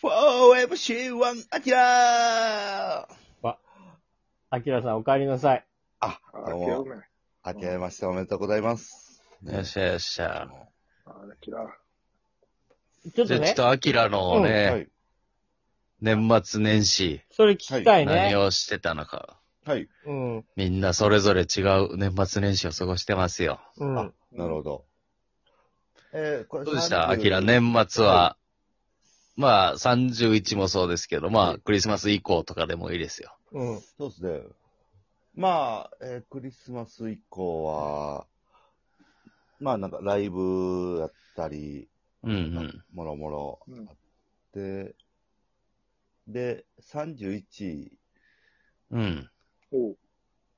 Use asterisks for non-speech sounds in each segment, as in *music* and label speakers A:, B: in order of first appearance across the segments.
A: Forever C1 アキラー
B: アキラさんお帰りなさい。
C: あ、
A: あ
C: どう
A: きら
C: も
A: め。。
C: 明けましておめでとうございます。
D: よっしゃよっしゃ。
A: あきら。
B: ちょっ
D: じ
B: と
D: ゃあちょ
B: ね
D: っ、と、アキラのね、
C: はい。
D: 年末年始、
B: それ聞きたい
D: 何
B: ね。
D: をしてたのか。
C: はい。
B: うん。
D: みんなそれぞれ違う年末年始を過ごしてますよ。
B: うん
C: あ。なるほど。えー、これ
D: どうでしたア
C: 30
D: キラ、年末は、
C: は
D: まあ、31もそうですけど、ま
C: は
D: あ、クリスマス以降とかでもいいですよ。
B: うん。
C: そうですね。まあ、えークリスマス以降は、まあなんかライブやったり、
D: うんうん。
C: もろもろ
A: うん
C: あって、で、31
D: うん。
A: おう。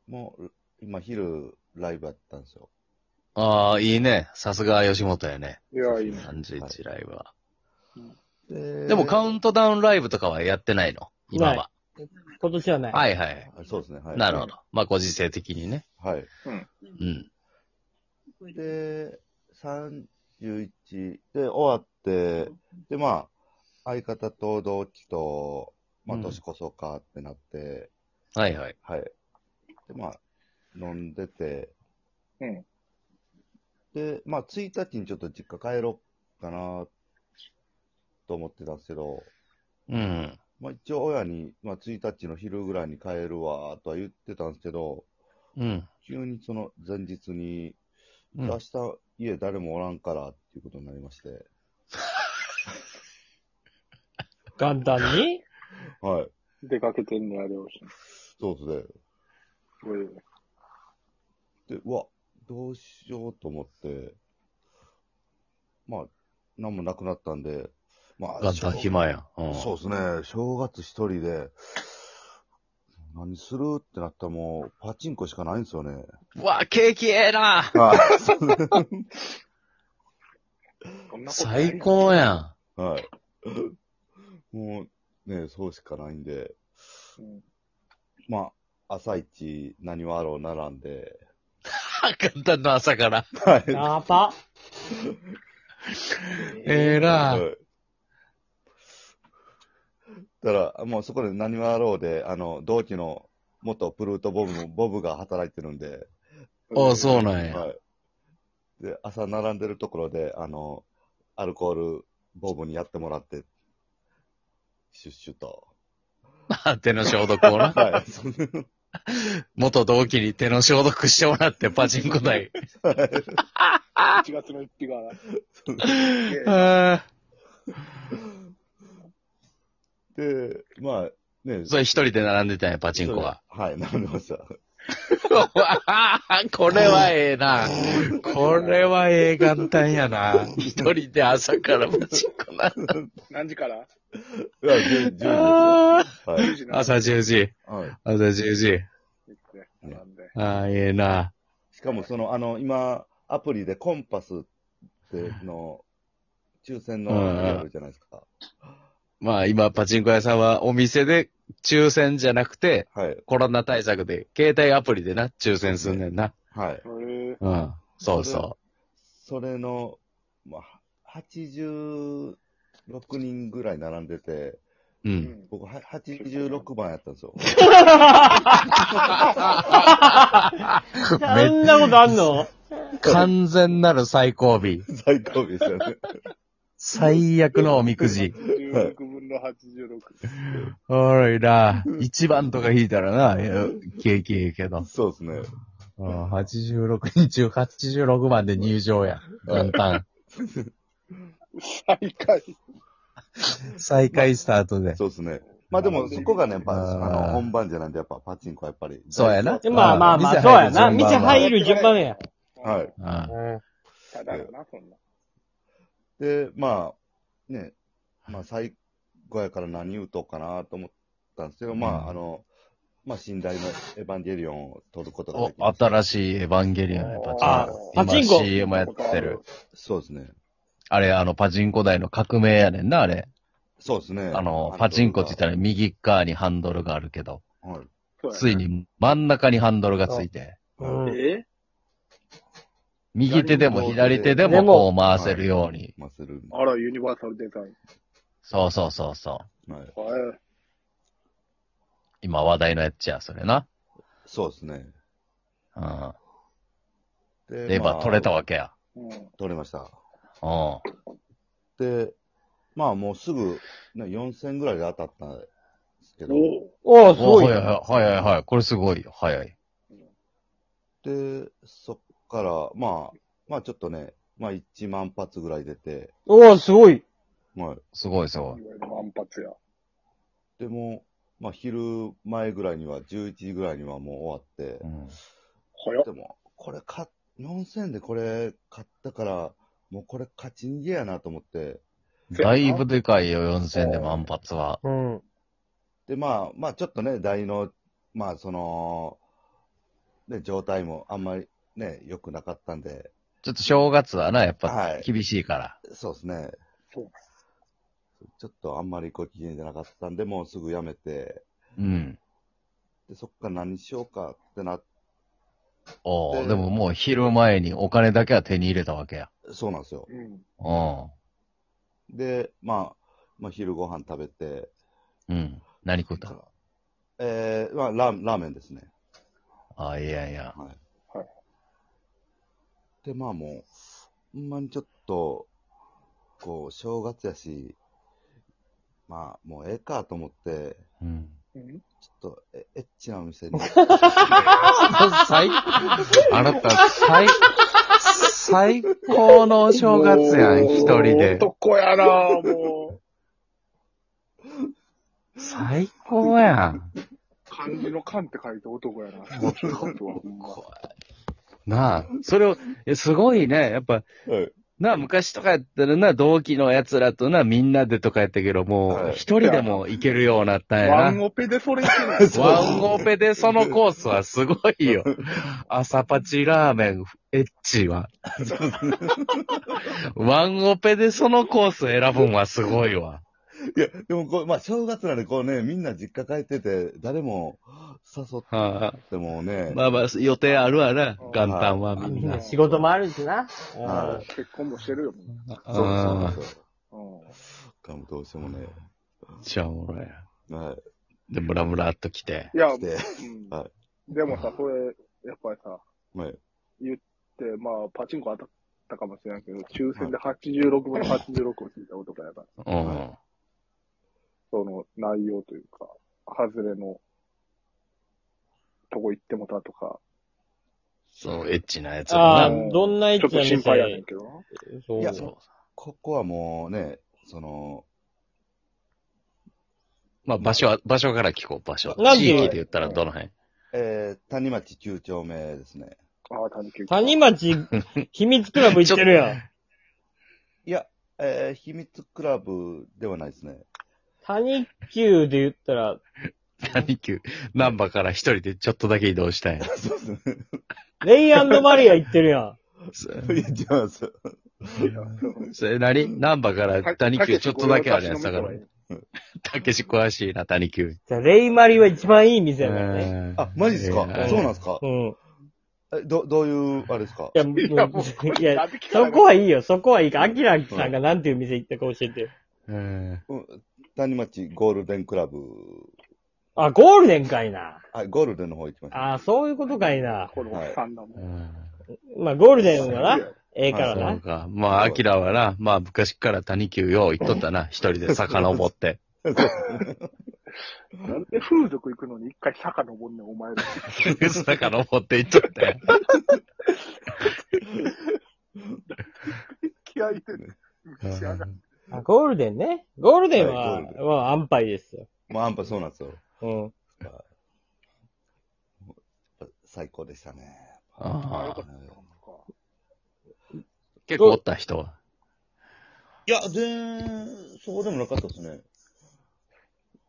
C: も今昼ライブやったんですよ。
D: ああ、いいね。さすが吉本やね。
A: いや、いいね。
D: 31ライブは。
C: で
D: でも、カウントダウンライブとかはやってないの今は。
B: 今年はない。
D: はいはい。
C: あそうですね。はい。
D: なるほど。まあ、ご時世的にね。
C: はい。
D: うん。
C: で、31で終わって、で、まあ、相方と同期と、まあ、
D: うん
C: 年こそかってなって、
D: はいはい。
C: はい。で、まあ、飲んでて、
A: うん。
C: で、まあ、1日にちょっと実家帰ろうかな、と思ってたんですけど、
D: うん。
C: まあ、一応親に、まあ、1日の昼ぐらいに帰るわ、とは言ってたんですけど、
D: うん。
C: 急にその前日に、
D: うん
C: 明日家誰もおらんからっていうことになりまして、
B: 元旦
D: *laughs*
B: に
C: はい。
A: 出かけてんねや、両親。
C: そうですね。
A: おい
C: で、うわ、どうしようと思って、まあ、なんもなくなったんで、まあ、
D: 元旦
C: 正
D: 暇やん。うん
C: そうですね、正月一人で、何するってなったらもう、パチンコしかないんですよね。
D: うわ、ケーキええな
C: はい。
A: そんなことない
D: 最。高やん。 *laughs*
C: はい。もう、ね、そうしかないんで、
A: うん
C: まあ、朝一、何はあろうならんで、
D: 元旦の朝から。
C: はい。
B: あーパ。
D: ええな
C: はいだから、もうそこで何はあろうで、あの、同期の元プルートボブの、ボブが働いてるんで、
D: ああ、そうなんや。
C: はい。で、朝並んでるところで、あの、アルコール、ボブにやってもらって、シュッシュと。
D: *laughs* 手の消毒をな。
C: はい。
D: *laughs*
C: そんな
D: 元同期に手の消毒してもらって、パチンコ台。
A: 1月の一日が。
D: あー
C: で、まあ、ね、
D: それ一人で並んでたんや、パチンコは。
C: はい、並んでま
D: *laughs*
C: した。
D: うわー *laughs* これはええな。これはええ元旦やな。一人で朝からパチンコな。
A: 何時から
C: いや、10時ですよ。は
D: あ
C: い
A: ?10 時
D: ー
A: な。
D: 朝10時。
C: はい。
D: 朝10時。
A: 行って。なんで。
D: ああ、ええな。
C: しかもその、あの、今、アプリでコンパスっての、抽選の
D: うんうん
C: やるじゃないですか。
D: まあ今、パチンコ屋さんはお店で抽選じゃなくて、
C: はい。
D: コロナ対策で、携帯アプリでな、抽選すんねんな。
C: はい。
A: え
D: うん。そうそ
C: それの、まあ、86人ぐらい並んでて、
D: う。う
A: え
D: ん。
C: 僕、は86番やったんですよ。 *laughs*
B: そんなことあんの
D: 完全なる最後尾。
C: 最高尾ですよ
D: *laughs*
C: ね。
D: 最悪のおみくじ。
A: 16分の86。
D: おらいな。一番とか引いたらな、いや景気ええけど。
C: そうですね。
D: うん86人中86番で入場や。元旦。
A: 最下位。
D: 再開スタートで。
C: そうですね。まあでも、そこがね、パ
D: あ
C: あ
D: ー
C: の、本番じゃないんで、やっぱパチンコはやっぱり。
D: そうやな
B: でまあまあまあ、そうやな。道
D: 店
B: 入
D: 入
B: る
A: る
B: 順
A: 順
B: 番
A: 番
B: や。
C: はい。
D: うん
A: ただだな、そんな。
C: で、まあ、ね、まあ最後やから何言うとうかなと思ったんですけど、ま
D: う
C: あ、
D: ん
C: あの、まあ、寝台のエヴァンゲリオンを撮ることが
D: お
C: できました。
D: 新しいエヴァンゲリオンの
B: あ
D: パ
B: パチン
D: チン
B: コ
D: コ。今 CM やってる。
C: そうですね。
D: あれ、あの、パチンコ台の革命やねんな、あれ。
C: そうですね。
D: あの、パチンコって言ったら右側にハンドルがあるけど、
C: ら。はい。
A: そうやな
D: つい。に真ん中にハンドルがついて、
B: うん。
A: え
D: 右手でも左手でもこう回せるように。
C: まあする。
A: あら、ユニバーサルデザイン。
D: そうそうそうそう。
C: はい。
A: はい。
D: 今話題のやつや、それな。
C: そうですね。
D: うん。
C: で
D: レバー取れた
C: わ。
D: わけや。
A: うん。
C: 取れました。
D: うん。
C: で、まあもうすぐ、ね、4000ぐらいで当たったんですけど、
A: お
B: おー、す
D: お
B: ごい
D: はい
B: ね。
D: はいはいはいはい。これすごいよ。早い。
C: で、そっから、まあ、まあちょっとね、まあ1万発ぐらい出て、
B: おー、すごい。
C: はい。
D: すごいすごい。
A: 万発や。
C: でも、まあ昼前ぐらいには、11時ぐらいにはもう終わって
D: う、ん。
A: 早っ
C: でも、これか、4000でこれ買ったから、もうこれ勝ち逃げやなと思って、
D: だいぶでかいよ、4000で万発は。
B: うん。
C: で、まあ、まあちょっとね、台の、まあその、ね、状態もあんまりね、良くなかったんで、
D: ちょっと正月はな、やっ
C: は
D: ぱ
C: い
D: 厳しいから。
C: そうですね。
A: そうか
C: ちょっとあんまりご機嫌じゃなかったんで、もうすぐやめて、
D: うん。
C: でそっから何しようかってな、
D: お
C: う
D: お、
C: ん
D: でももう昼前にお金だけは手に入れたわけや。
C: そうなんですよ。
A: うん。
D: うん。
C: で、まあ、まあ、昼ご飯食べて、
D: うん。何食った
C: えー、まあラー、ラーメンですね。
D: あいやいや。
C: はい。
A: はい
C: で、まあもう、ほんまにちょっと、こう、正月やし、まあ、もうええかと思って、
D: うん。
A: うん。
C: ちょっとエエッチなお店に。
D: 最あなた、最、最高のお正月やん、一人
A: もう
D: で。
A: 男やなも
D: 最高やん。
A: う。漢字の漢って書いて男やな。男はほんま
D: なあ、それを、えすごいね。やっぱ、
C: はい
D: なあ、昔とかやったらな、同期の奴らとな、みんなでとかやったけど、も
C: はい
D: う、一人でも行けるようになったん
A: ワ
D: や
A: ン
D: な。
A: オペでそれいけない。
C: そう
D: ワンオペでそのコースはすごいよ。朝パチラーメン、エッチは。ワンオペでそのコース選ぶんはすごいわ。
C: いや、でもこう、まあ、正月なんで、こうね、みんな実家帰ってて、誰も誘っ
D: は
C: ても
D: あ、
C: ね、
D: まあまあ、予定あるわな、元旦はみんな。
A: は
D: う
A: い
B: 仕事もあるしな。
C: は
A: 結婚もしてるよ、も
C: そうそうなん
D: ん
C: ですよ。
A: う。うん。
C: かもどうしてもね、
D: めっちゃおもろいやん。
C: は
D: で、ムラムラっと来て。
A: いや、
C: い。して、
A: うん
C: は
A: でもさ、それ、やっぱりさ、
C: はい。
A: で、まあ、パチンコ当たったかもしれないけど、抽選で86分の86を引いた男やから、
D: うん。
A: その内容というか、外れのとこ行ってもたとか、
D: そのエッチなやつ
B: ああ
D: も
A: ー
D: な。
B: ー、どんな位
A: ちょっ
B: 置
A: と
B: や
A: 心配やねんけどな。
B: そう。
C: いや
D: そう。
C: ここはもうね、その、
D: まあ、場所は、場所から聞こう、場所。
B: なんで
D: 地域で言ったらどの辺
C: えー、谷町9丁目ですね。
A: ああ、谷九
B: 谷
D: *laughs*
B: 町、秘密クラブ行ってるやん。
C: いや、えー、秘密クラブではないですね。
B: 谷急で言ったら、
D: 何級ナンバーから一人でちょっとだけ移動したんや。
C: そうですね。
B: レイマリア行ってるやん。
D: そ
C: いや、違います。
D: それ何ナンバーから谷級ちょっとだけあるやん、
A: さ
D: 下がる。たけし詳しいな、谷級。
B: *laughs* じゃあ、レイマリは一番いい店やからね。
D: えー
C: あ、マジですか、
D: はい
C: そうなんですか
B: うん。
C: え、ど、どういう、あれですか
B: いや、もう
A: いやもう
B: いや、そこはいいよ、そこはいいか。アキラさんがなんていう店行ったか教えてよ。
D: うん
C: うん谷町ゴールデンクラブ。
B: あ、ゴールデンかいな。
C: あ、ゴールデンの方行きました。
B: あー、そういうことかいな。
A: このおっさんだもん。
D: うん
B: まあ、ゴールデンはな、ええから
D: そう
B: な。
D: か。まあ、アキラはな、まあ、昔から谷級よう行っとっ
B: *laughs*
D: たな、一人で遡って。 *laughs*
A: なんで風俗行くのに一回坂登んねん、お前ら。
D: 遡って行っと
B: *laughs*
D: って。
A: 気合い入れてる。道上がる
B: あゴールデンね。ゴールデン
C: は
B: は、
C: いゴールデ
B: まあ、安牌ですよ。
C: まあ、アンパそうなんですよ。
B: うん。
C: 最高でしたね。
A: あよ
D: あ
A: か
D: あ
A: ったよ
D: 結構おった人は。
C: いや、全、そうでもなかったですね。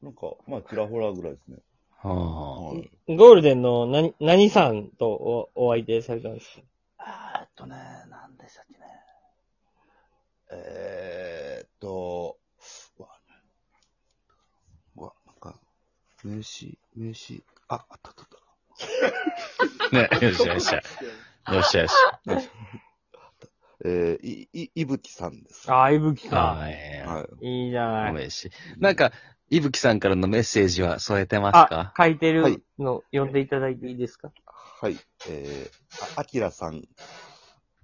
C: なんか、まあ、ちらほらぐらいですね。
D: ああ
C: はい。
B: ゴールデンの何、何さんとおお相手されたんですか
C: えっとね、なんでしたっけね。えー、っと、うわ、うわ、なんか、名刺、名刺、あ、あったあったあった。
D: ね、よっしゃよっしゃ。よっしゃよっしゃ。
C: えー、い、い、いぶきさんです。は
B: ああ、いぶきか。
D: はい。
C: い。
B: いいじゃない。
D: 嬉しい。なんか、いぶきさんからのメッセージは添えてます
B: あ
D: か、
B: 書いて
C: は
B: る
C: い
B: の読んでいただいていいですか
C: はい。えー、ああきらさん、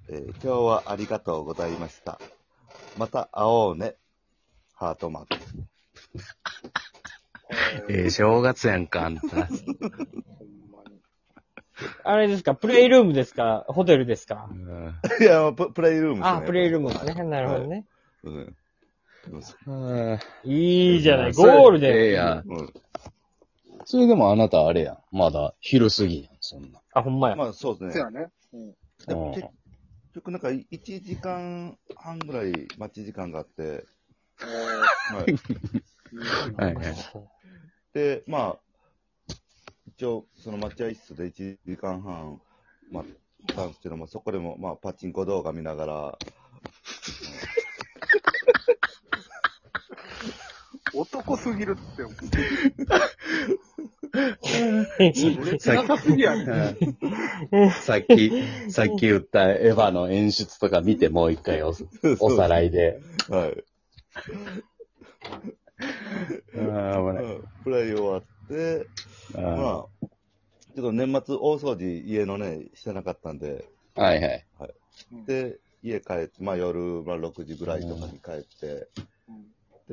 C: えー、今日はありがとうございました。また会おうね。ハートマーク。
D: えー、正月やんか、あん
A: ほ
D: た。
A: んまに。
B: あれですかプレイルームですかホテルですか
D: うん
C: いや、ププレイルームですね
B: あ、プレイルームですね。なるほど。ね。
C: うん。うん
D: うん
B: いいじゃない。ゴール
D: それいやい
B: で。
C: う
D: や、
C: ん。
D: それでもあなたあれやん。まだ昼過ぎやん、そんな。
B: あ、ほんまや。
C: まあ、そうです
A: せや。
C: ね
A: ね。うん。
C: でも
D: うん
C: 結局、なんか、1時間半ぐらい待ち時間があって、はい。
D: はいはい。
C: で、まあ、一応、その待合室で1時間半待ったんですけども、そこでも、まあ、パチンコ動画見ながら、
A: 男すぎるって。売れて
D: さ
A: な
D: っ
A: さすぎやね。
D: き、さっき、さっき言ったエヴァの演出とか見てもう一回おおさらいで。
C: はい。
D: ああ、危ない。
C: うんプレイ終わって、まあ、ち
D: あ
C: ょっと年末大掃除、家のね、してなかったんで、
D: ーはいはい。
C: で、家帰って、まあ夜、まあ6時ぐらいとかに帰って、
A: う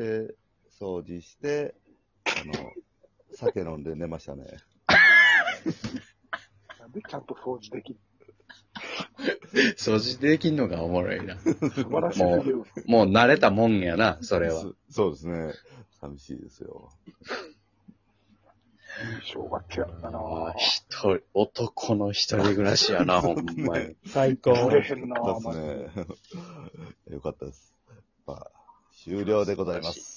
A: ん
C: で、掃除して、あの、酒飲んで寝ましたね。
A: なんでちゃんと掃除できる
D: 掃除できんのがおもろいな。
A: 素晴らしすぎる。
D: もう慣れたもんやな、それは。
C: そそうですね。寂しいですよ。
A: 正月やったな
D: ああ、一人、男の一人暮らしやな、ほんまに。
B: *laughs* 最高。
A: 売れへんな
C: そう
A: マジで
C: *laughs* ですね。よかったです。まあ、終了でございます。